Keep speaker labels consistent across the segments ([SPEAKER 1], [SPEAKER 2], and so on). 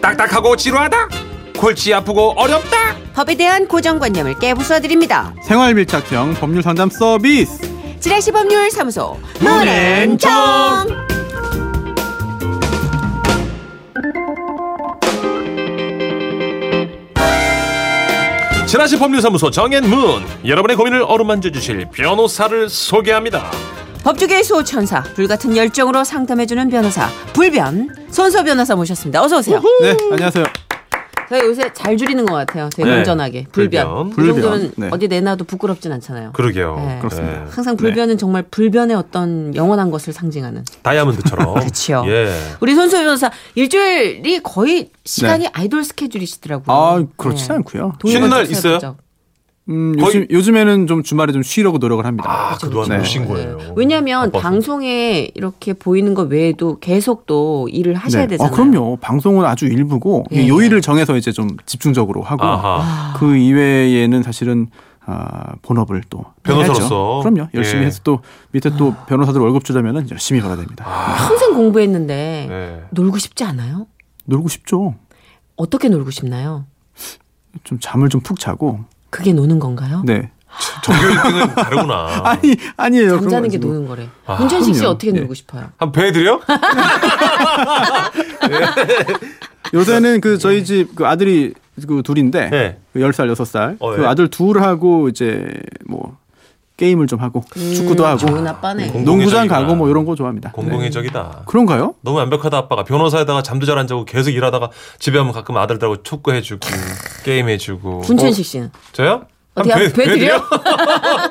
[SPEAKER 1] 딱딱하고 지루하다? 골치 아프고 어렵다?
[SPEAKER 2] 법에 대한 고정관념을 깨부숴 드립니다.
[SPEAKER 3] 생활 밀착형 법률 상담 서비스.
[SPEAKER 2] 지라시 법률 사무소
[SPEAKER 3] 문앤정.
[SPEAKER 2] 문앤정
[SPEAKER 1] 지라시 법률사무소 정앤문 여러분의 고민을 어루만져 주실 변호사를 소개합니다.
[SPEAKER 2] 법조계의 소천사 불같은 열정으로 상담해주는 변호사 불변 손소 변호사 모셨습니다. 어서 오세요.
[SPEAKER 3] 네, 안녕하세요.
[SPEAKER 2] 저희 요새 잘 줄이는 것 같아요. 되게
[SPEAKER 1] 네.
[SPEAKER 2] 온전하게 불변.
[SPEAKER 1] 불변.
[SPEAKER 2] 이 정도는
[SPEAKER 3] 불변. 네. 그렇죠.
[SPEAKER 2] 어디 내놔도 부끄럽진 않잖아요.
[SPEAKER 1] 그러게요.
[SPEAKER 2] 네.
[SPEAKER 3] 그렇습니다. 네.
[SPEAKER 2] 항상 불변은 정말 불변의 어떤 영원한 것을 상징하는.
[SPEAKER 1] 다이아몬드처럼.
[SPEAKER 2] 그렇죠.
[SPEAKER 1] 예.
[SPEAKER 2] 우리 손소 변호사 일주일이 거의 시간이 아이돌 스케줄이시더라고요.
[SPEAKER 3] 네. 아, 그렇지
[SPEAKER 2] 네.
[SPEAKER 3] 않고요.
[SPEAKER 2] 동요번쩍
[SPEAKER 1] 쉬는 날 있어요?
[SPEAKER 2] 서야번쩍.
[SPEAKER 3] 음,
[SPEAKER 1] 거의-
[SPEAKER 3] 요즘 요즘에는 좀 주말에 좀 쉬려고 노력을 합니다.
[SPEAKER 1] 아, 그동안
[SPEAKER 3] 네.
[SPEAKER 1] 못 쉰 거예요.
[SPEAKER 2] 왜냐하면
[SPEAKER 1] 바빠서.
[SPEAKER 2] 방송에 이렇게 보이는 것 외에도 계속 또 일을 하셔야
[SPEAKER 3] 네.
[SPEAKER 2] 되잖아요.
[SPEAKER 3] 어, 그럼요. 방송은 아주 일부고
[SPEAKER 2] 예, 예.
[SPEAKER 3] 요일을 정해서 이제 좀 집중적으로 하고
[SPEAKER 1] 아하.
[SPEAKER 3] 그 이외에는 사실은 아, 본업을 또
[SPEAKER 1] 변호사로서.
[SPEAKER 3] 해야죠. 그럼요. 열심히
[SPEAKER 1] 예.
[SPEAKER 3] 해서 또 밑에 또
[SPEAKER 2] 아.
[SPEAKER 3] 변호사들 월급 주려면 열심히 벌어야 됩니다.
[SPEAKER 1] 아.
[SPEAKER 2] 평생 공부했는데
[SPEAKER 1] 네.
[SPEAKER 2] 놀고 싶지 않아요?
[SPEAKER 3] 놀고 싶죠.
[SPEAKER 2] 어떻게 놀고 싶나요?
[SPEAKER 3] 좀 잠을 좀 푹 자고.
[SPEAKER 2] 그게 노는 건가요?
[SPEAKER 3] 네.
[SPEAKER 1] 전교 1등은 다르구나.
[SPEAKER 3] 아니 아니에요. 그런 거
[SPEAKER 2] 잠자는 게
[SPEAKER 3] 가지고.
[SPEAKER 2] 노는 거래. 문천식 씨
[SPEAKER 3] 그럼요.
[SPEAKER 2] 어떻게
[SPEAKER 3] 예.
[SPEAKER 2] 놀고 싶어요?
[SPEAKER 1] 한 배 드려?
[SPEAKER 2] 네.
[SPEAKER 3] 요새는 그 저희 집 그 아들이 그 둘인데
[SPEAKER 1] 네.
[SPEAKER 3] 그 10살, 6살.
[SPEAKER 1] 어,
[SPEAKER 3] 그
[SPEAKER 1] 예.
[SPEAKER 3] 아들 둘하고 이제 뭐 게임을 좀 하고 축구도 하고
[SPEAKER 2] 음, 좋은 아빠네.
[SPEAKER 1] 공-
[SPEAKER 3] 농구장
[SPEAKER 1] 공공의적이구나.
[SPEAKER 3] 가고 뭐 이런 거 좋아합니다.
[SPEAKER 1] 공공의
[SPEAKER 3] 네.
[SPEAKER 1] 적이다.
[SPEAKER 3] 그런가요?
[SPEAKER 1] 너무 완벽하다 아빠가 변호사에다가 잠도 잘 안 자고 계속 일하다가 집에 오면 가끔 아들들하고 축구해주고 게임해주고
[SPEAKER 2] 문천식 씨는
[SPEAKER 1] 어, 저요? 한
[SPEAKER 2] 어떻게
[SPEAKER 1] 배-
[SPEAKER 2] 배 드려?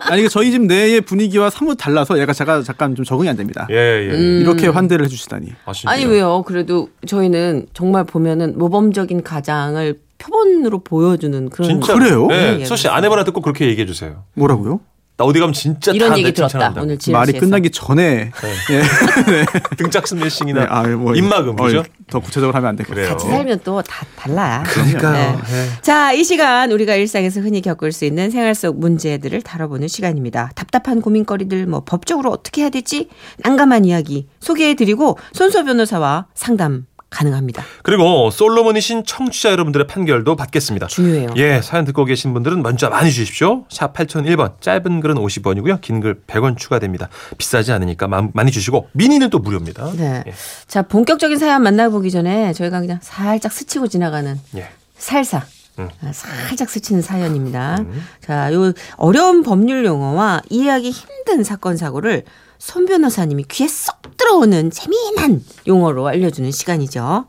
[SPEAKER 3] 아니 이게 저희 집 내의 분위기와 사뭇 달라서 얘가 제가 잠깐 좀 적응이 안 됩니다.
[SPEAKER 1] 예 예.
[SPEAKER 2] 음.
[SPEAKER 3] 이렇게 환대를 해 주시다니.
[SPEAKER 1] 아, 진짜요?
[SPEAKER 2] 아니 왜요? 그래도 저희는 정말 보면은 모범적인 가장을 표본으로 보여주는 그런
[SPEAKER 1] 진짜
[SPEAKER 3] 그래요?
[SPEAKER 1] 예.
[SPEAKER 2] 예, 예.
[SPEAKER 1] 소씨 아내분한테 꼭 그렇게 얘기해 주세요.
[SPEAKER 3] 뭐라고요?
[SPEAKER 1] 나 어디 가면 진짜 다
[SPEAKER 2] 이런
[SPEAKER 1] 내
[SPEAKER 2] 얘기 들었다.
[SPEAKER 1] 칭찬한다고.
[SPEAKER 2] 오늘 지라시에서.
[SPEAKER 3] 말이 끝나기 전에 예.
[SPEAKER 1] 등짝 네. 스매싱이나
[SPEAKER 3] 아, 뭐
[SPEAKER 1] 입막음 그죠?
[SPEAKER 3] 어, 더 구체적으로 하면 안 되겠네요.
[SPEAKER 1] 그래요.
[SPEAKER 2] 같이 살면 또 다 달라.
[SPEAKER 3] 그러니까요.
[SPEAKER 1] 네.
[SPEAKER 2] 네.
[SPEAKER 3] 네.
[SPEAKER 2] 자, 이 시간 우리가 일상에서 흔히 겪을 수 있는 생활 속 문제들을 다뤄보는 시간입니다. 답답한 고민거리들, 뭐 법적으로 어떻게 해야 되지? 난감한 이야기 소개해드리고 손소 변호사와 상담 가능합니다.
[SPEAKER 1] 그리고 솔로몬이신 청취자 여러분들의 판결도 받겠습니다.
[SPEAKER 2] 중요해요.
[SPEAKER 1] 예, 사연 듣고 계신 분들은 문자 많이 주십시오. 샵 8001번, 짧은 글은 50원이고요. 긴 글 100원 추가됩니다. 비싸지 않으니까 마- 많이 주시고, 미니는 또 무료입니다.
[SPEAKER 2] 네.
[SPEAKER 1] 예.
[SPEAKER 2] 자, 본격적인 사연 만나보기 전에 저희가 그냥 살짝 스치고 지나가는
[SPEAKER 1] 예.
[SPEAKER 2] 살사.
[SPEAKER 1] 음.
[SPEAKER 2] 아, 살짝 스치는 사연입니다. 자, 요 어려운 법률 용어와 이해하기 힘든 사건 사고를 손 변호사님이 귀에 쏙 들어오는 재미난 용어로 알려주는 시간이죠.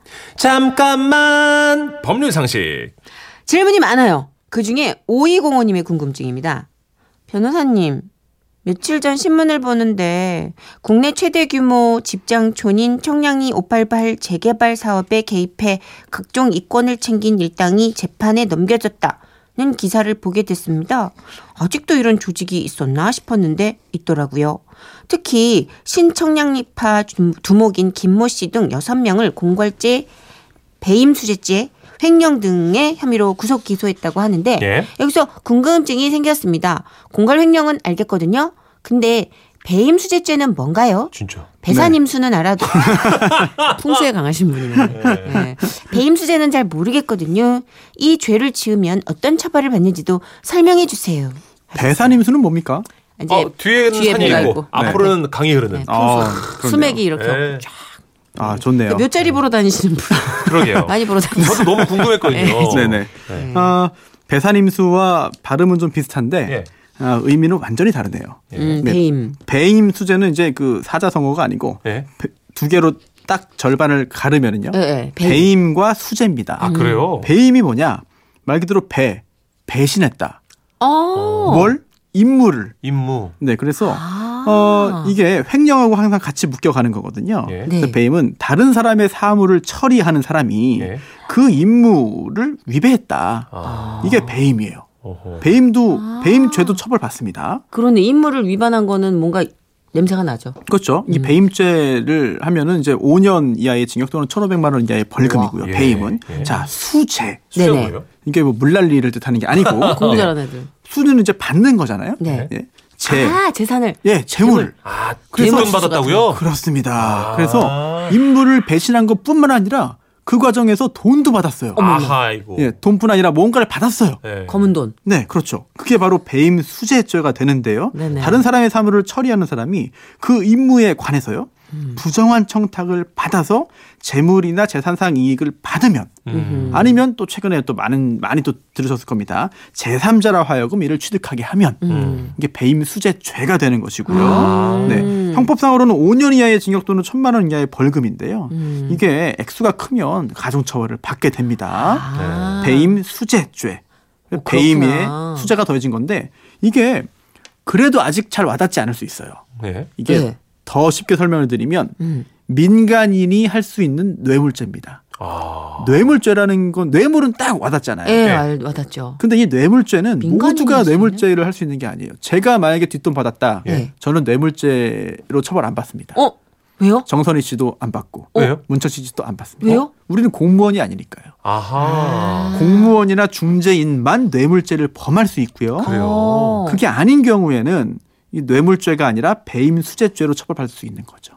[SPEAKER 1] 잠깐만! 법률 상식.
[SPEAKER 2] 질문이 많아요. 그 중에 5205님의 궁금증입니다. 변호사님, 며칠 전 신문을 보는데 국내 최대 규모 집장촌인 청량리 588 재개발 사업에 개입해 각종 이권을 챙긴 일당이 재판에 넘겨졌다는 기사를 보게 됐습니다. 아직도 이런 조직이 있었나 싶었는데 있더라고요. 특히 신청량리파 주- 두목인 김모 씨 등 6명을 공갈죄, 배임수재죄, 횡령 등의 혐의로 구속 기소했다고 하는데
[SPEAKER 1] 예.
[SPEAKER 2] 여기서 궁금증이 생겼습니다. 공갈 횡령은 알겠거든요. 근데 배임 수재죄는 뭔가요?
[SPEAKER 1] 진짜.
[SPEAKER 2] 배산임수는 알아도 풍수에 강하신 분이네요. 예. 배임 수재는 잘 모르겠거든요. 이 죄를 지으면 어떤 처벌을 받는지도 설명해 주세요.
[SPEAKER 3] 대산임수는 뭡니까?
[SPEAKER 2] 이제
[SPEAKER 1] 어, 뒤에는 산이
[SPEAKER 2] 배가
[SPEAKER 1] 있고, 아,
[SPEAKER 2] 있고.
[SPEAKER 1] 앞으로는 강이 흐르는.
[SPEAKER 2] 네, 그 그렇죠. 풍수.
[SPEAKER 3] 아, 그렇네요.
[SPEAKER 2] 수맥이 그 이렇게
[SPEAKER 1] 예.
[SPEAKER 3] 아, 좋네요.
[SPEAKER 2] 몇 자리 보러 다니시는 분
[SPEAKER 1] 그러게요.
[SPEAKER 2] 많이 보러 다니시는
[SPEAKER 1] 저도 너무 궁금했거든요.
[SPEAKER 3] 네네.
[SPEAKER 1] 네.
[SPEAKER 3] 아, 배산임수와 발음은 좀 비슷한데
[SPEAKER 1] 예.
[SPEAKER 3] 아, 의미는 완전히 다르네요.
[SPEAKER 2] 음,
[SPEAKER 3] 네.
[SPEAKER 2] 배임
[SPEAKER 3] 배임 수제는 이제 그 사자성어가 아니고
[SPEAKER 1] 예.
[SPEAKER 3] 배- 두 개로 딱 절반을 가르면은요.
[SPEAKER 2] 예, 예, 배임.
[SPEAKER 3] 배임. 과 수제입니다.
[SPEAKER 1] 아,
[SPEAKER 2] 음.
[SPEAKER 1] 그래요?
[SPEAKER 3] 배임이 뭐냐? 말 그대로 배 배신했다.
[SPEAKER 2] 어.
[SPEAKER 3] 뭘 임무를.
[SPEAKER 1] 임무.
[SPEAKER 3] 네, 그래서
[SPEAKER 2] 아.
[SPEAKER 3] 어, 이게 횡령하고 항상 같이 묶여가는 거거든요.
[SPEAKER 1] 예.
[SPEAKER 3] 그래서
[SPEAKER 2] 네.
[SPEAKER 3] 배임은 다른 사람의 사물을 처리하는 사람이
[SPEAKER 1] 예.
[SPEAKER 3] 그 임무를 위배했다.
[SPEAKER 1] 아.
[SPEAKER 3] 이게 배임이에요.
[SPEAKER 1] 어허.
[SPEAKER 3] 배임도
[SPEAKER 2] 아.
[SPEAKER 3] 배임죄도 처벌받습니다.
[SPEAKER 2] 그러네 임무를 위반한 거는 뭔가 냄새가 나죠.
[SPEAKER 3] 그렇죠.
[SPEAKER 2] 음.
[SPEAKER 3] 이 배임죄를 하면은 이제 5년 이하의 징역 또는 1,500만 원 이하의 벌금이고요.
[SPEAKER 1] 와. 예,
[SPEAKER 3] 배임은
[SPEAKER 1] 예.
[SPEAKER 3] 자 수죄
[SPEAKER 1] 수영
[SPEAKER 2] 네네.
[SPEAKER 1] 뭐예요?
[SPEAKER 3] 이게 뭐 물난리를 뜻하는 게 아니고
[SPEAKER 1] 어.
[SPEAKER 2] 공부
[SPEAKER 3] 네.
[SPEAKER 2] 잘하는 애들.
[SPEAKER 3] 수는 이제 받는 거잖아요.
[SPEAKER 2] 네.
[SPEAKER 3] 예. 재,
[SPEAKER 2] 아 재산을
[SPEAKER 3] 예, 재물.
[SPEAKER 1] 아,
[SPEAKER 3] 아, 그래서
[SPEAKER 1] 돈 받았다고요?
[SPEAKER 3] 그렇습니다.
[SPEAKER 1] 아.
[SPEAKER 3] 그래서 임무를 배신한 것뿐만 아니라 그 과정에서 돈도 받았어요.
[SPEAKER 1] 아하 이거.
[SPEAKER 3] 예, 돈뿐 아니라 뭔가를 받았어요.
[SPEAKER 1] 예.
[SPEAKER 2] 검은 돈.
[SPEAKER 3] 네, 그렇죠. 그게 바로 배임 수재죄가 되는데요.
[SPEAKER 2] 네네.
[SPEAKER 3] 다른 사람의 사물을 처리하는 사람이 그 임무에 관해서요. 부정한 청탁을 받아서 재물이나 재산상 이익을 받으면
[SPEAKER 1] 음.
[SPEAKER 3] 아니면 또 최근에 또 많은 많이 또 들으셨을 겁니다. 제3자라 하여금 이를 취득하게 하면
[SPEAKER 1] 음.
[SPEAKER 3] 이게 배임 수재죄가 되는 것이고요.
[SPEAKER 1] 아.
[SPEAKER 3] 네. 형법상으로는 5년 이하의 징역 또는 1천만 원 이하의 벌금인데요.
[SPEAKER 2] 음.
[SPEAKER 3] 이게 액수가 크면 가중처벌을 받게 됩니다.
[SPEAKER 2] 아.
[SPEAKER 3] 배임 수재죄.
[SPEAKER 2] 어, 그렇구나.
[SPEAKER 3] 배임에 수재가 더해진 건데 이게 그래도 아직 잘 와닿지 않을 수 있어요.
[SPEAKER 1] 예.
[SPEAKER 3] 이게
[SPEAKER 2] 네.
[SPEAKER 3] 더 쉽게 설명을 드리면
[SPEAKER 2] 음.
[SPEAKER 3] 민간인이 할 수 있는 뇌물죄입니다. 어?
[SPEAKER 1] 아.
[SPEAKER 3] 뇌물죄라는 건 뇌물은 딱 와닿잖아요.
[SPEAKER 2] 어. 예,
[SPEAKER 1] 네.
[SPEAKER 2] 알- 와닿죠.
[SPEAKER 3] 근데 이 뇌물죄는
[SPEAKER 2] 민간인이
[SPEAKER 3] 모두가
[SPEAKER 2] 할수 있는?
[SPEAKER 3] 뇌물죄를 할 수 있는 게 아니에요. 제가 만약에 뒷돈 받았다.
[SPEAKER 2] 예.
[SPEAKER 3] 저는 뇌물죄로 처벌 안 받습니다.
[SPEAKER 2] 어? 왜요?
[SPEAKER 3] 정선희 씨도 안 받고
[SPEAKER 1] 왜요?
[SPEAKER 3] 문철 씨도 안 받습니다. 어?
[SPEAKER 2] 왜요?
[SPEAKER 3] 우리는 공무원이 아니니까요.
[SPEAKER 1] 아하.
[SPEAKER 3] 공무원이나 중재인만 뇌물죄를 범할 수 있고요.
[SPEAKER 1] 그래요.
[SPEAKER 2] 어.
[SPEAKER 3] 그게 아닌 경우에는 이 뇌물죄가 아니라 배임 수재죄로 처벌받을 수 있는 거죠.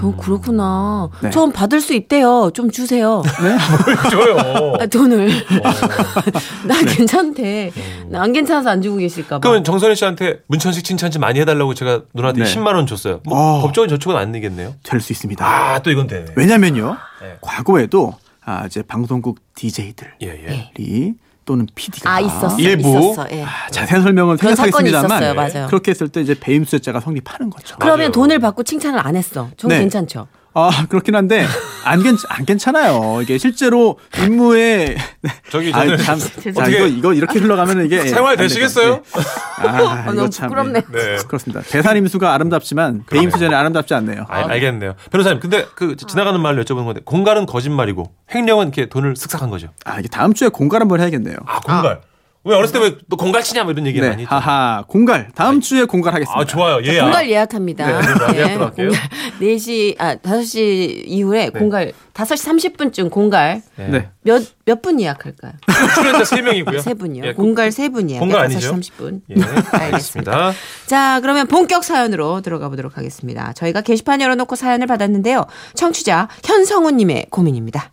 [SPEAKER 2] 그, 그렇구나.
[SPEAKER 3] 네.
[SPEAKER 2] 전 받을 수 있대요. 좀 주세요.
[SPEAKER 1] 네. 줘요.
[SPEAKER 2] 아, 돈을.
[SPEAKER 1] 어.
[SPEAKER 2] 나 괜찮대. 나 안 괜찮아서 안 주고 계실까봐.
[SPEAKER 1] 음. 그러면 정선희 씨한테 문천식 칭찬 좀 많이 해달라고 제가 누나한테
[SPEAKER 3] 네.
[SPEAKER 1] 10만 원 줬어요. 뭐
[SPEAKER 3] 어.
[SPEAKER 1] 법적인 저축은 안 되겠네요.
[SPEAKER 3] 될 수 있습니다.
[SPEAKER 1] 아 또 이건 되네.
[SPEAKER 3] 왜냐면요.
[SPEAKER 1] 네.
[SPEAKER 3] 과거에도 아, 이제 방송국 DJ들
[SPEAKER 1] 예 예.
[SPEAKER 3] 이 또는 PD가
[SPEAKER 2] 아, 있었어.
[SPEAKER 1] 일부. 아,
[SPEAKER 2] 있었어. 예.
[SPEAKER 3] 아, 자세한 설명은
[SPEAKER 2] 그런 사건이
[SPEAKER 3] 생략하겠습니다만
[SPEAKER 2] 있었어요. 맞아요.
[SPEAKER 3] 그렇게 했을 때 이제 배임 수재자가 성립하는 거죠.
[SPEAKER 2] 그러면
[SPEAKER 1] 맞아요.
[SPEAKER 2] 돈을 받고 칭찬을 안 했어. 전
[SPEAKER 3] 네.
[SPEAKER 2] 괜찮죠.
[SPEAKER 3] 아 그렇긴 한데 안, 괜, 안 괜찮아요. 이게 실제로 임무에
[SPEAKER 1] 저기
[SPEAKER 3] 아,
[SPEAKER 1] 저는
[SPEAKER 3] 참, 자,
[SPEAKER 1] 어떻게-
[SPEAKER 3] 이거 이거 이렇게 흘러가면 이게
[SPEAKER 1] 생활
[SPEAKER 3] 안 되죠.
[SPEAKER 1] 되시겠어요?
[SPEAKER 3] 네. 아,
[SPEAKER 2] 너무
[SPEAKER 3] 이거 참,
[SPEAKER 2] 부끄럽네요.
[SPEAKER 1] 네.
[SPEAKER 3] 네. 그렇습니다. 배산임수가
[SPEAKER 1] 그러네요.
[SPEAKER 3] 아름답지만 배임 수재는 아름답지 않네요.
[SPEAKER 1] 알, 알겠네요. 변호사님, 근데 그 지나가는 말로 여쭤보는 건데 공갈은 거짓말이고 횡령은 이렇게 돈을 쓱싹한 거죠.
[SPEAKER 3] 아, 이게 다음 주에 공갈 한번 해야겠네요.
[SPEAKER 1] 아 공갈. 왜 어렸을 때 왜 너 공갈 치냐 뭐 이런 얘기 많이
[SPEAKER 3] 네,
[SPEAKER 1] 했죠.
[SPEAKER 3] 하하, 공갈 다음 주에 공갈하겠습니다.
[SPEAKER 1] 아 좋아요. 예. 아.
[SPEAKER 2] 공갈 예약합니다.
[SPEAKER 1] 네,
[SPEAKER 2] 예.
[SPEAKER 1] 예약 들어갈게요.
[SPEAKER 2] 공갈 4시, 아, 5시 이후에 공갈, 5시 30분쯤 공갈.
[SPEAKER 1] 네.
[SPEAKER 3] 네,
[SPEAKER 2] 몇, 몇 분 예약할까요?
[SPEAKER 1] 출연자 세 명이고요.
[SPEAKER 2] 세 분이요.
[SPEAKER 1] 예,
[SPEAKER 2] 공갈 세 분이에요.
[SPEAKER 1] 공갈 아니죠?
[SPEAKER 2] 5시 30분.
[SPEAKER 1] 예, 알겠습니다.
[SPEAKER 2] 자, 그러면 본격 사연으로 들어가 보도록 하겠습니다. 저희가 게시판 열어놓고 사연을 받았는데요. 청취자 현성우님의 고민입니다.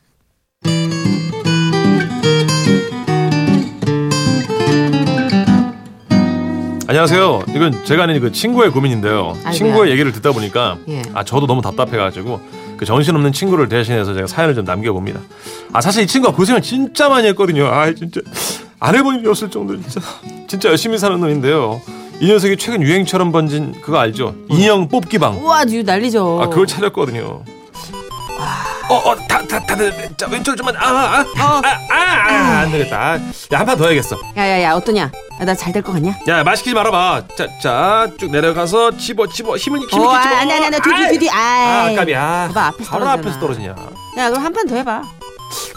[SPEAKER 1] 안녕하세요. 이건 제가 아닌 그 친구의 고민인데요.
[SPEAKER 2] 아이고야.
[SPEAKER 1] 친구의 얘기를 듣다 보니까
[SPEAKER 2] 예.
[SPEAKER 1] 아 저도 너무 답답해가지고 그 정신없는 친구를 대신해서 제가 사연을 좀 남겨봅니다. 아 사실 이 친구가 고생을 진짜 많이 했거든요. 아 진짜 안 해본 일이 없을 정도로 진짜 진짜 열심히 사는 놈인데요. 이 녀석이 최근 유행처럼 번진 그거 알죠? 인형 뽑기 방.
[SPEAKER 2] 우와, 이거 난리죠.
[SPEAKER 1] 아 그걸 찾았거든요.
[SPEAKER 2] 아.
[SPEAKER 1] 어어다 다 다들 자 왼쪽 좀만 아, 아아아아안 되겠다. 야한 판 더 해야겠어.
[SPEAKER 2] 야야야, 어떠냐? 아, 나 잘 될 것 같냐?
[SPEAKER 1] 야, 말 시키지 말아봐. 자, 자, 쭉 내려가서 집어, 집어, 힘을, 힘을
[SPEAKER 2] 어,
[SPEAKER 1] 집어.
[SPEAKER 2] 아, 아니, 아니, 아니, 뒤뒤, 뒤뒤. 아이.
[SPEAKER 1] 아, 깜이야.
[SPEAKER 2] 봐봐, 앞에서
[SPEAKER 1] 바로
[SPEAKER 2] 떨어지잖아.
[SPEAKER 1] 앞에서 떨어지냐.
[SPEAKER 2] 야, 그럼 한 판 더 해봐.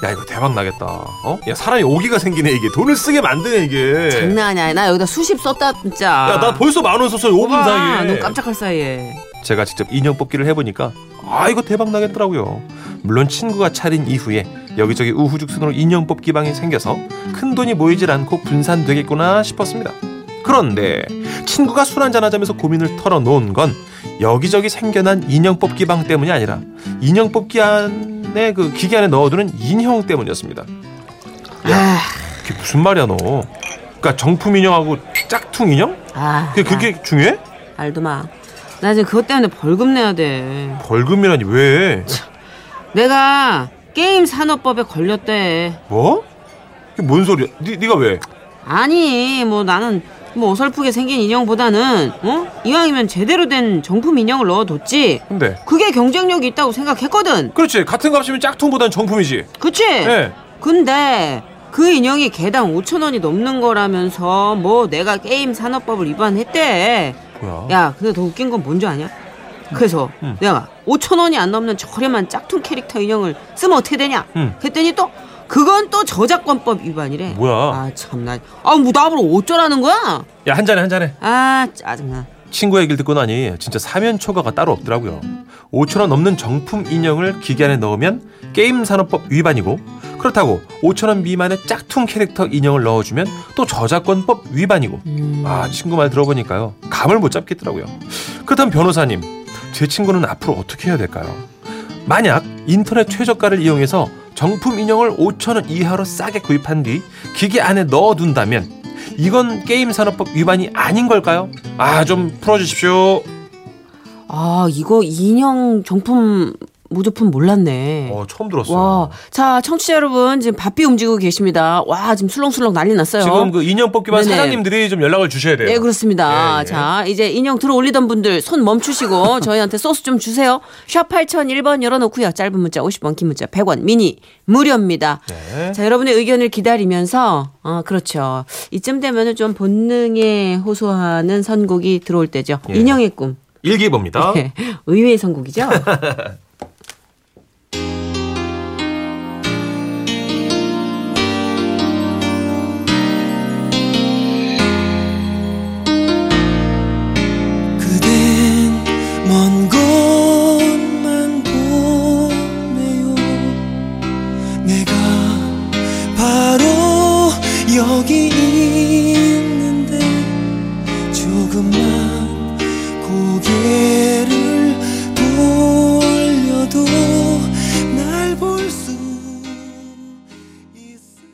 [SPEAKER 1] 야, 이거 대박 나겠다. 어? 야, 사람이 오기가 생기네 이게. 돈을 쓰게 만드네 이게.
[SPEAKER 2] 장난 아니야. 나 여기다 수십 썼다, 진짜.
[SPEAKER 1] 예. 야, 나 벌써 만 원 썼어. 5분
[SPEAKER 2] 봐봐,
[SPEAKER 1] 사이에.
[SPEAKER 2] 너 깜짝할 사이에.
[SPEAKER 1] 제가 직접 인형 뽑기를 해보니까 아, 이거 대박 나겠더라고요. 물론 친구가 차린 이후에 여기저기 우후죽순으로 인형 뽑기 방이 생겨서 큰 돈이 모이질 않고 분산되겠구나 싶었습니다. 그런데 친구가 술 한잔 하자면서 고민을 털어놓은 건 여기저기 생겨난 인형 뽑기 방 때문이 아니라 인형 뽑기 안에 그 기계 안에 넣어두는 인형 때문이었습니다.
[SPEAKER 2] 아,
[SPEAKER 1] 그게 무슨 말이야 너? 그러니까 정품 인형하고 짝퉁 인형?
[SPEAKER 2] 아.
[SPEAKER 1] 그게, 그게 중요해?
[SPEAKER 2] 야, 알도 마. 나 지금 그것 때문에 벌금 내야 돼.
[SPEAKER 1] 벌금이라니 왜?
[SPEAKER 2] 내가 게임 산업법에 걸렸대.
[SPEAKER 1] 뭐? 그게 뭔 소리야? 니, 니가 왜?
[SPEAKER 2] 아니, 뭐 나는 뭐 어설프게 생긴 인형보다는 어? 이왕이면 제대로 된 정품 인형을 넣어뒀지.
[SPEAKER 1] 근데
[SPEAKER 2] 그게 경쟁력이 있다고 생각했거든.
[SPEAKER 1] 그렇지 같은 값이면 짝퉁보단 정품이지
[SPEAKER 2] 그치?
[SPEAKER 1] 예.
[SPEAKER 2] 근데 그 인형이 개당 5천 원이 넘는 거라면서 뭐 내가 게임 산업법을 위반했대.
[SPEAKER 1] 뭐야
[SPEAKER 2] 야, 근데 더 웃긴 건 뭔지 아냐? 그래서
[SPEAKER 1] 음.
[SPEAKER 2] 내가 5천 원이 안 넘는 저렴한 짝퉁 캐릭터 인형을 쓰면 어떻게 되냐?
[SPEAKER 1] 음.
[SPEAKER 2] 그랬더니 또 그건 또 저작권법 위반이래.
[SPEAKER 1] 뭐야?
[SPEAKER 2] 아 참나. 아뭐 나보러 어쩌라는 거야?
[SPEAKER 1] 야 한 잔에 한 잔에
[SPEAKER 2] 아 짜증나.
[SPEAKER 1] 친구 얘기를 듣고 나니 진짜 사면 초과가 따로 없더라고요 5천 원 넘는 정품 인형을 기계 안에 넣으면 게임 산업법 위반이고 그렇다고 5천 원 미만의 짝퉁 캐릭터 인형을 넣어주면 또 저작권법 위반이고 아 친구 말 들어보니까요 감을 못 잡겠더라고요 그렇다면 변호사님 제 친구는 앞으로 어떻게 해야 될까요 만약 인터넷 최저가를 이용해서 정품 인형을 5천원 이하로 싸게 구입한 뒤 기계 안에 넣어둔다면 이건 게임산업법 위반이 아닌 걸까요? 아, 좀 풀어주십시오.
[SPEAKER 2] 아, 이거 인형 정품 모조품 몰랐네.
[SPEAKER 1] 어, 처음 들었어요.
[SPEAKER 2] 와, 자, 청취자 여러분, 지금 바삐 움직이고 계십니다. 와, 지금 술렁술렁 난리 났어요.
[SPEAKER 1] 지금 그 인형 뽑기만
[SPEAKER 2] 네네.
[SPEAKER 1] 사장님들이 좀 연락을 주셔야 돼요.
[SPEAKER 2] 네, 그렇습니다.
[SPEAKER 1] 예, 예.
[SPEAKER 2] 자, 이제 인형 들어 올리던 분들 손 멈추시고 저희한테 소스 좀 주세요. 샵 8001번 열어놓고요. 짧은 문자 50원, 긴 문자 100원, 미니 무료입니다.
[SPEAKER 1] 네.
[SPEAKER 2] 자, 여러분의 의견을 기다리면서, 아, 그렇죠. 이쯤 되면은 좀 본능에 호소하는 선곡이 들어올 때죠.
[SPEAKER 1] 예. 어?
[SPEAKER 2] 인형의 꿈.
[SPEAKER 1] 일기 봅니다.
[SPEAKER 2] 네, 의외의 선곡이죠.
[SPEAKER 4] 그댄 먼 곳만 보네요 내가 바로 여기 있는데 조금만 고개를 돌려도 날 볼 수 있을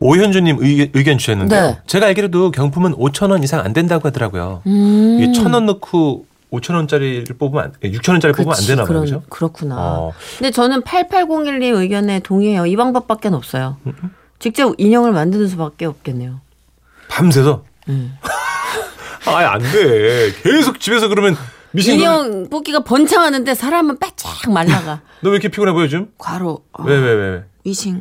[SPEAKER 1] 오현주님 의, 의견 주셨는데
[SPEAKER 2] 네.
[SPEAKER 1] 요 제가 알기로도 경품은 5천 원 이상 안 된다고 하더라고요.
[SPEAKER 2] 음.
[SPEAKER 1] 이게 천원 넣고 5천 원짜리를 뽑으면 안, 6천 원짜리 뽑으면 안
[SPEAKER 2] 그렇죠. 그치,
[SPEAKER 1] 되나 봐요.
[SPEAKER 2] 그런-
[SPEAKER 1] 그죠?
[SPEAKER 2] 그렇구나.
[SPEAKER 1] 어.
[SPEAKER 2] 근데 저는 8801님 의견에 동의해요. 이 방법밖에 없어요.
[SPEAKER 1] 음,
[SPEAKER 2] 직접 인형을 만드는 수밖에 없겠네요.
[SPEAKER 1] 밤새서.
[SPEAKER 2] 예.
[SPEAKER 1] 아예 안 돼. 계속 집에서 그러면 미신.
[SPEAKER 2] 인형 뽑기가 번창하는데 사람은 빼짝 말라가.
[SPEAKER 1] 너왜 이렇게 피곤해 보여 지금?
[SPEAKER 2] 과로 어,
[SPEAKER 1] 왜 왜 왜? 왜?
[SPEAKER 2] 위싱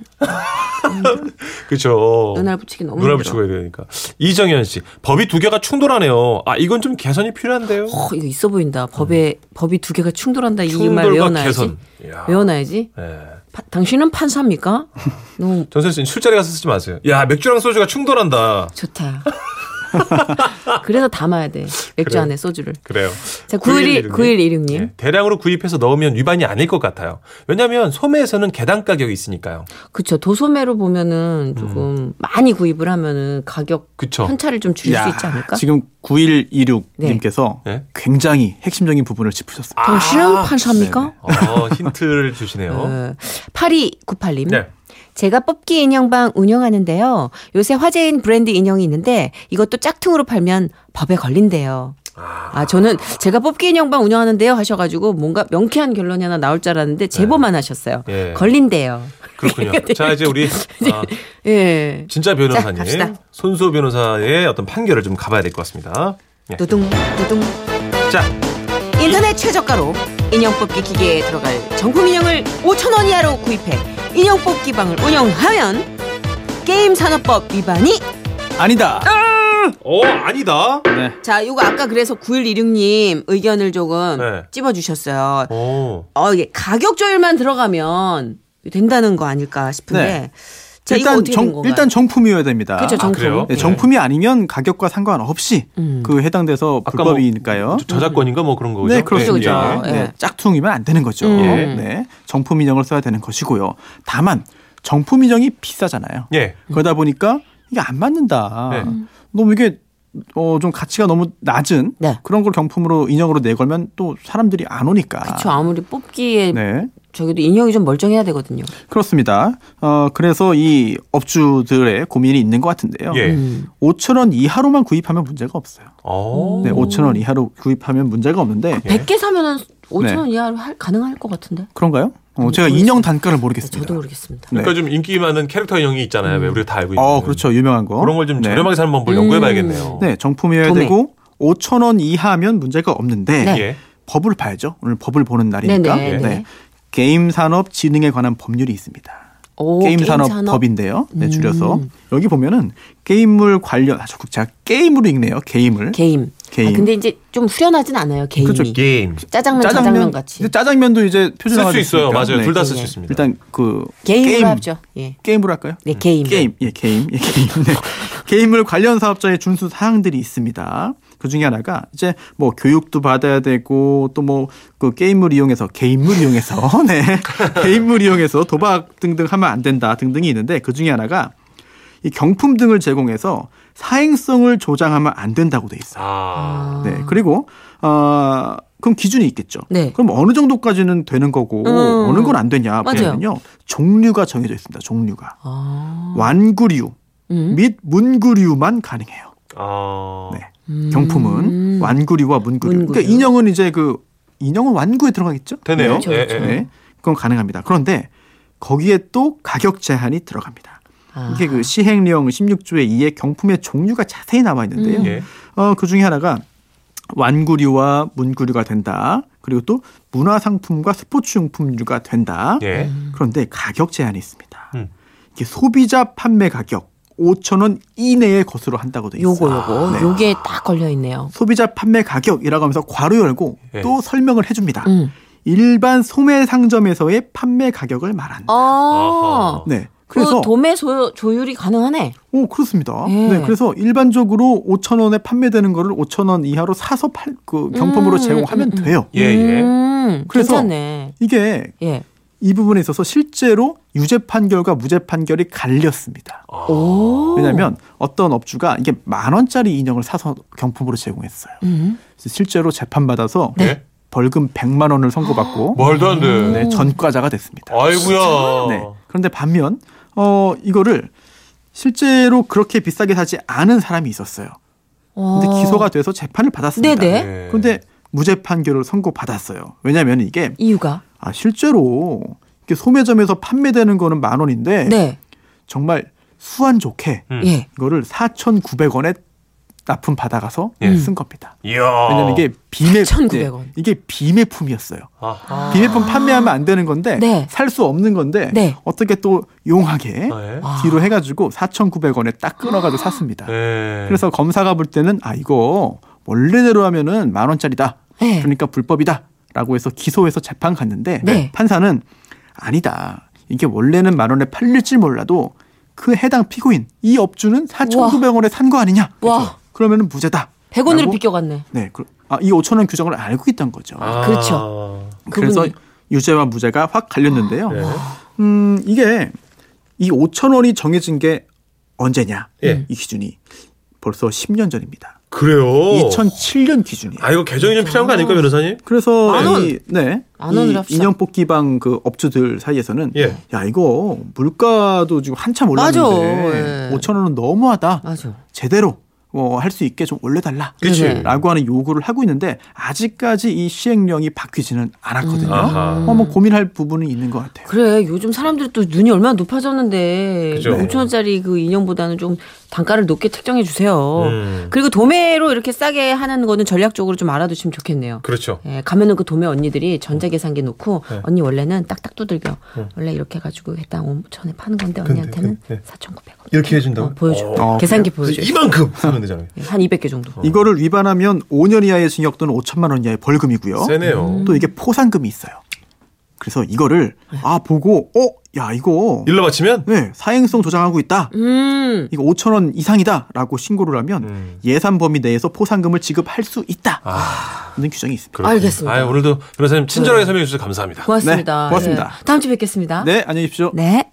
[SPEAKER 1] 그렇죠.
[SPEAKER 2] 눈알 붙이기 너무
[SPEAKER 1] 눈알
[SPEAKER 2] 힘들어.
[SPEAKER 1] 붙이고 해야 되니까. 이정현 씨, 법이 두 개가 충돌하네요. 아 이건 좀 개선이 필요한데요.
[SPEAKER 2] 어, 이거 있어 보인다. 법에 법이 두 개가 충돌한다 이 말
[SPEAKER 1] 충돌과
[SPEAKER 2] 외워놔야지.
[SPEAKER 1] 개선. 야.
[SPEAKER 2] 외워놔야지.
[SPEAKER 1] 예.
[SPEAKER 2] 파- 당신은 판사입니까? 너무
[SPEAKER 1] 전선 씨 술자리 가서 쓰지 마세요. 야 맥주랑 소주가 충돌한다.
[SPEAKER 2] 좋다. 그래서 담아야 돼. 맥주
[SPEAKER 1] 그래요.
[SPEAKER 2] 안에 소주를.
[SPEAKER 1] 그래요.
[SPEAKER 2] 자, 9116님. 9116 네, 님.
[SPEAKER 1] 예, 대량으로 구입해서 넣으면 위반이 아닐 것 같아요. 왜냐하면 소매에서는 계단 가격이 있으니까요.
[SPEAKER 2] 그쵸. 도소매로 보면은 조금 많이 구입을 하면은 가격
[SPEAKER 1] 그쵸.
[SPEAKER 2] 편차를 좀 줄일
[SPEAKER 3] 야,
[SPEAKER 2] 수 있지 않을까?
[SPEAKER 3] 지금 9126님께서
[SPEAKER 1] 네. 네.
[SPEAKER 3] 굉장히 핵심적인 부분을 짚으셨습니다.
[SPEAKER 2] 당신은 판사입니까?
[SPEAKER 1] 어, 힌트를 주시네요.
[SPEAKER 2] 어, 8298님.
[SPEAKER 1] 네.
[SPEAKER 2] 제가 뽑기 인형방 운영하는데요. 요새 화제인 브랜드 인형이 있는데 이것도 짝퉁으로 팔면 법에 걸린대요. 아, 저는 제가 뽑기 인형방 운영하는데요 하셔가지고 뭔가 명쾌한 결론이 하나 나올 줄 알았는데 제보만 하셨어요.
[SPEAKER 1] 예.
[SPEAKER 2] 걸린대요.
[SPEAKER 1] 그렇군요. 자 이제 우리 아,
[SPEAKER 2] 예.
[SPEAKER 1] 진짜
[SPEAKER 2] 자, 갑시다.
[SPEAKER 1] 변호사님 손수호 변호사의 어떤 판결을 좀 가봐야 될 것 같습니다. 예.
[SPEAKER 2] 두둥, 두둥.
[SPEAKER 1] 아, 자
[SPEAKER 2] 인터넷 최저가로 인형 뽑기 기계에 들어갈 정품 인형을 5천 원 이하로 구입해 인형 뽑기 방을 운영하면 게임 산업법 위반이
[SPEAKER 3] 아니다.
[SPEAKER 1] 어 아니다.
[SPEAKER 3] 네.
[SPEAKER 2] 자 요거 아까 그래서 9126님 의견을 조금
[SPEAKER 1] 네.
[SPEAKER 2] 찝어주셨어요.
[SPEAKER 1] 오.
[SPEAKER 2] 어 이게 가격 조율만 들어가면 된다는 거 아닐까 싶은데
[SPEAKER 3] 네.
[SPEAKER 2] 자 이거
[SPEAKER 3] 일단
[SPEAKER 2] 어떻게 된
[SPEAKER 3] 정
[SPEAKER 2] 건가요?
[SPEAKER 3] 일단 정품이어야 됩니다.
[SPEAKER 2] 그렇죠 정품. 음.
[SPEAKER 1] 그래요?
[SPEAKER 3] 네, 정품이 아니면 가격과 상관없이 그 해당돼서
[SPEAKER 1] 아까
[SPEAKER 3] 불법이니까요.
[SPEAKER 1] 저- 저작권인가 뭐 그런 거죠.
[SPEAKER 3] 어? 네, 그렇습니다.
[SPEAKER 2] 그렇죠,
[SPEAKER 3] 네,
[SPEAKER 2] 그렇죠. 예. 음.
[SPEAKER 3] 짝퉁이면 안 되는 거죠.
[SPEAKER 1] 예.
[SPEAKER 3] 네, 정품 인형을 써야 되는 것이고요. 다만 정품 인형이 비싸잖아요.
[SPEAKER 1] 예.
[SPEAKER 3] 그러다 보니까 이게 안 맞는다.
[SPEAKER 1] 네.
[SPEAKER 3] 너무 이게 어, 좀 가치가 너무 낮은
[SPEAKER 2] 네.
[SPEAKER 3] 그런 걸 경품으로 인형으로 내걸면 또 사람들이 안 오니까.
[SPEAKER 2] 그쵸 아무리 뽑기에
[SPEAKER 3] 네.
[SPEAKER 2] 저기도 인형이 좀 멀쩡해야 되거든요.
[SPEAKER 3] 그렇습니다. 어, 그래서 이 업주들의 고민이 있는 것 같은데요.
[SPEAKER 1] 예.
[SPEAKER 2] 음.
[SPEAKER 3] 5,000원 이하로만 구입하면 문제가 없어요.
[SPEAKER 1] 어.
[SPEAKER 3] 네, 5,000원 이하로 구입하면 문제가 없는데
[SPEAKER 1] 예.
[SPEAKER 2] 100개 사면은 5천
[SPEAKER 3] 네.
[SPEAKER 2] 원 이하로 할, 가능할 것 같은데?
[SPEAKER 3] 그런가요? 어,
[SPEAKER 2] 음,
[SPEAKER 3] 제가
[SPEAKER 2] 모르겠어요.
[SPEAKER 3] 인형 단가를 모르겠습니다.
[SPEAKER 2] 저도 모르겠습니다.
[SPEAKER 3] 네.
[SPEAKER 1] 그러니까 좀 인기 많은 캐릭터 인형이 있잖아요. 왜 우리가 다 알고 있는.
[SPEAKER 3] 어, 그렇죠. 유명한 거.
[SPEAKER 1] 그런 걸 좀
[SPEAKER 3] 네.
[SPEAKER 1] 저렴하게 사는 방법을
[SPEAKER 2] 음.
[SPEAKER 1] 연구해봐야겠네요.
[SPEAKER 3] 네, 정품이어야
[SPEAKER 2] 도매.
[SPEAKER 3] 되고 5,000원 이하면 문제가 없는데
[SPEAKER 2] 네.
[SPEAKER 1] 예.
[SPEAKER 3] 법을 봐야죠. 오늘 법을 보는 날이니까.
[SPEAKER 2] 네네, 네.
[SPEAKER 3] 게임 산업 진흥에 관한 법률이 있습니다.
[SPEAKER 2] 오, 음.
[SPEAKER 3] 게임 산업 법인데요. 네, 줄여서 여기 보면은 게임물 관련 아, 자꾸 제가 게임으로 읽네요. 게임을.
[SPEAKER 2] 게임.
[SPEAKER 3] 게임.
[SPEAKER 2] 아, 근데 이제 좀 후련하진 않아요. 게임이.
[SPEAKER 3] 그렇죠.
[SPEAKER 1] 게임.
[SPEAKER 2] 짜장면, 짜장면 같이.
[SPEAKER 3] 근데 짜장면도 이제
[SPEAKER 1] 쓸
[SPEAKER 3] 표준화가
[SPEAKER 1] 음. 수 있어요.
[SPEAKER 3] 됐으니까.
[SPEAKER 1] 맞아요.
[SPEAKER 3] 네.
[SPEAKER 1] 둘 다 쓸
[SPEAKER 2] 네.
[SPEAKER 1] 수 있습니다.
[SPEAKER 3] 일단 그
[SPEAKER 2] 게임으로
[SPEAKER 3] 게임,
[SPEAKER 2] 하죠. 예.
[SPEAKER 3] 게임으로 할까요?
[SPEAKER 2] 네, 게임.
[SPEAKER 3] 게임, 예, 게임, 예, 게임. 네. 게임을 관련 사업자의 준수 사항들이 있습니다. 그 중에 하나가 이제 뭐 교육도 받아야 되고 또 뭐 그 게임물 이용해서 게임물 이용해서 네 게임물 이용해서 도박 등등 하면 안 된다 등등이 있는데 그 중에 하나가 이 경품 등을 제공해서 사행성을 조장하면 안 된다고 돼 있어요.
[SPEAKER 1] 아.
[SPEAKER 3] 네 그리고 네. 어, 그럼 기준이 있겠죠.
[SPEAKER 2] 네.
[SPEAKER 3] 그럼 어느 정도까지는 되는 거고
[SPEAKER 2] 음.
[SPEAKER 3] 어느 건 안 되냐
[SPEAKER 2] 맞아요.
[SPEAKER 3] 보면요 종류가 정해져 있습니다. 종류가
[SPEAKER 2] 아.
[SPEAKER 3] 완구류
[SPEAKER 2] 음.
[SPEAKER 3] 및 문구류만 가능해요.
[SPEAKER 1] 아.
[SPEAKER 3] 네.
[SPEAKER 2] 음.
[SPEAKER 3] 경품은 완구류와 문구류.
[SPEAKER 2] 문구류.
[SPEAKER 3] 그러니까 인형은 이제 그 인형은 완구에 들어가겠죠?
[SPEAKER 1] 되네요.
[SPEAKER 2] 그렇죠,
[SPEAKER 1] 예,
[SPEAKER 2] 그렇죠.
[SPEAKER 1] 예.
[SPEAKER 3] 네. 그건 가능합니다. 그런데 거기에 또 가격 제한이 들어갑니다.
[SPEAKER 2] 아.
[SPEAKER 3] 이게 그 시행령 16조의 2의 경품의 종류가 자세히 나와 있는데요.
[SPEAKER 2] 음.
[SPEAKER 1] 예.
[SPEAKER 3] 어, 그 중에 하나가 완구류와 문구류가 된다. 그리고 또 문화상품과 스포츠용품류가 된다.
[SPEAKER 1] 예.
[SPEAKER 3] 그런데 가격 제한이 있습니다.
[SPEAKER 1] 음.
[SPEAKER 3] 이게 소비자 판매 가격 5천 원 이내에 것으로 한다고 돼 있어요.
[SPEAKER 2] 요거 요거
[SPEAKER 3] 네.
[SPEAKER 2] 요게 딱 걸려 있네요.
[SPEAKER 3] 소비자 판매 가격이라고 하면서 괄호 열고
[SPEAKER 1] 예.
[SPEAKER 3] 또 설명을 해줍니다.
[SPEAKER 2] 음.
[SPEAKER 3] 일반 소매 상점에서의 판매 가격을 말한다.
[SPEAKER 1] 아.
[SPEAKER 2] 어.
[SPEAKER 3] 네.
[SPEAKER 2] 그
[SPEAKER 3] 그래서
[SPEAKER 2] 도매 소, 조율이 가능하네.
[SPEAKER 3] 오 그렇습니다.
[SPEAKER 2] 예.
[SPEAKER 3] 네, 그래서 일반적으로 5천 원에 판매되는 거를 5천 원 이하로 사서 팔, 그 경품으로
[SPEAKER 2] 음,
[SPEAKER 3] 제공하면
[SPEAKER 2] 음, 음.
[SPEAKER 3] 돼요.
[SPEAKER 1] 예, 예.
[SPEAKER 2] 음,
[SPEAKER 3] 그래서-
[SPEAKER 2] 괜찮네.
[SPEAKER 3] 이게
[SPEAKER 2] 예.
[SPEAKER 3] 이 부분에 있어서 실제로 유죄 판결과 무죄 판결이 갈렸습니다.
[SPEAKER 1] 아.
[SPEAKER 2] 오.
[SPEAKER 3] 왜냐하면 어떤 업주가 이게 만 원짜리 인형을 사서 경품으로 제공했어요.
[SPEAKER 2] 음.
[SPEAKER 3] 그래서 실제로 재판 받아서
[SPEAKER 1] 네.
[SPEAKER 3] 벌금 100만 원을
[SPEAKER 2] 아,
[SPEAKER 3] 선고받고
[SPEAKER 2] 뭐.
[SPEAKER 1] 말도 안 돼.
[SPEAKER 3] 네, 전과자가 됐습니다.
[SPEAKER 1] 아이구야.
[SPEAKER 3] 네. 그런데 반면 어 이거를 실제로 그렇게 비싸게 사지 않은 사람이 있었어요. 근데
[SPEAKER 2] 어.
[SPEAKER 3] 기소가 돼서 재판을 받았습니다.
[SPEAKER 2] 네네.
[SPEAKER 1] 예.
[SPEAKER 3] 근데 무죄 판결을 선고받았어요. 왜냐하면 이게
[SPEAKER 2] 이유가
[SPEAKER 3] 아 실제로 이게 소매점에서 판매되는 거는 만 원인데
[SPEAKER 2] 네.
[SPEAKER 3] 정말 수완 좋게
[SPEAKER 1] 음.
[SPEAKER 2] 예.
[SPEAKER 3] 이거를 4,900원에 납품 받아가서
[SPEAKER 1] 예. 아.
[SPEAKER 3] 쓴 겁니다.
[SPEAKER 1] 이야.
[SPEAKER 3] 왜냐면 이게 비매
[SPEAKER 2] 4,900 원.
[SPEAKER 3] 네, 이게 비매품이었어요.
[SPEAKER 1] 아하.
[SPEAKER 3] 비매품 판매하면 안 되는 건데
[SPEAKER 2] 네.
[SPEAKER 3] 살 수 없는 건데
[SPEAKER 2] 네.
[SPEAKER 3] 어떻게 또 용하게
[SPEAKER 1] 예.
[SPEAKER 2] 아.
[SPEAKER 3] 뒤로 해가지고 4,900원에 딱 끊어가지고 샀습니다.
[SPEAKER 1] 예.
[SPEAKER 3] 그래서 검사가 볼 때는 아 이거 원래대로 하면은 만 원짜리다.
[SPEAKER 2] 네.
[SPEAKER 3] 그러니까 불법이다라고 해서 기소해서 재판 갔는데
[SPEAKER 2] 네.
[SPEAKER 3] 판사는 아니다. 이게 원래는 만 원에 팔릴지 몰라도 그 해당 피고인 이 업주는 4,900원에 산 거 아니냐?
[SPEAKER 2] 와.
[SPEAKER 3] 그러면은 무죄다.
[SPEAKER 2] 100원으로
[SPEAKER 3] 라고-
[SPEAKER 2] 비껴갔네.
[SPEAKER 3] 네. 그, 아, 이 5천 원 규정을 알고 있던 거죠.
[SPEAKER 1] 아.
[SPEAKER 2] 그렇죠.
[SPEAKER 3] 그래서
[SPEAKER 2] 그분이-
[SPEAKER 3] 유죄와 무죄가 확 갈렸는데요.
[SPEAKER 1] 네.
[SPEAKER 3] 음, 이게 이 5천 원이 정해진 게 언제냐?
[SPEAKER 1] 예.
[SPEAKER 3] 이 기준이 벌써 10년 전입니다.
[SPEAKER 1] 그래요.
[SPEAKER 3] 2007년 기준이에요.
[SPEAKER 1] 아 이거 개정이 좀 필요한 거
[SPEAKER 2] 어.
[SPEAKER 1] 아닐까 변호사님?
[SPEAKER 3] 그래서
[SPEAKER 2] 만 원.
[SPEAKER 3] 이, 네,
[SPEAKER 2] 만 원을
[SPEAKER 3] 이
[SPEAKER 2] 합시다.
[SPEAKER 3] 인형 뽑기방 그 업주들 사이에서는
[SPEAKER 1] 예.
[SPEAKER 3] 야 이거 물가도 지금 한참
[SPEAKER 2] 맞아.
[SPEAKER 3] 올랐는데
[SPEAKER 2] 예.
[SPEAKER 3] 5천 원은 너무하다.
[SPEAKER 2] 맞아.
[SPEAKER 3] 제대로 어, 할 수 있게 좀 올려달라.
[SPEAKER 1] 그치.
[SPEAKER 2] 네네.
[SPEAKER 3] 라고 하는 요구를 하고 있는데 아직까지 이 시행령이 바뀌지는 않았거든요.
[SPEAKER 1] 음. 아하.
[SPEAKER 3] 어, 뭐 고민할 부분이 있는 것 같아요.
[SPEAKER 2] 그래 요즘 사람들이 또 눈이 얼마나 높아졌는데
[SPEAKER 1] 그죠.
[SPEAKER 2] 5천 원짜리 그 인형보다는 좀 단가를 높게 책정해 주세요.
[SPEAKER 1] 음.
[SPEAKER 2] 그리고 도매로 이렇게 싸게 하는 거는 전략적으로 좀 알아두시면 좋겠네요.
[SPEAKER 1] 그렇죠.
[SPEAKER 2] 예, 가면은 그 도매 언니들이 전자계산기 놓고
[SPEAKER 1] 네.
[SPEAKER 2] 언니 원래는 딱딱 두들겨 원래 이렇게 해가지고 해당 5천에 파는 건데 언니한테는
[SPEAKER 1] 근데, 네.
[SPEAKER 2] 4,900원
[SPEAKER 1] 이렇게 해준다고?
[SPEAKER 2] 어, 보여줘
[SPEAKER 1] 어.
[SPEAKER 3] 어,
[SPEAKER 2] 계산기
[SPEAKER 1] 그래서
[SPEAKER 2] 보여줘
[SPEAKER 1] 이만큼 하면 되잖아요.
[SPEAKER 2] 예, 한 200개 정도
[SPEAKER 1] 어.
[SPEAKER 3] 이거를 위반하면 5년 이하의 징역 또는 5천만 원 이하의
[SPEAKER 1] 어?
[SPEAKER 3] 벌금이고요.
[SPEAKER 1] 세네요.
[SPEAKER 2] 음.
[SPEAKER 3] 또 이게 포상금이 있어요. 그래서 이거를 아 보고 어 야 이거
[SPEAKER 1] 네. 일로 맞히면
[SPEAKER 3] 네, 사행성 조장하고 있다.
[SPEAKER 2] 음
[SPEAKER 3] 이거 5천 원 이상이다라고 신고를 하면
[SPEAKER 1] 음.
[SPEAKER 3] 예산 범위 내에서 포상금을 지급할 수 있다.
[SPEAKER 1] 아.
[SPEAKER 3] 는 규정이 있습니다.
[SPEAKER 1] 그렇군요.
[SPEAKER 2] 알겠습니다. 네.
[SPEAKER 1] 아유, 오늘도 변호사님 친절하게 설명해 주셔서 감사합니다.
[SPEAKER 2] 고맙습니다
[SPEAKER 3] 네, 고맙습니다.
[SPEAKER 2] 예. 다음 주에 뵙겠습니다
[SPEAKER 3] 네, 안녕히 계십시오.
[SPEAKER 2] 네.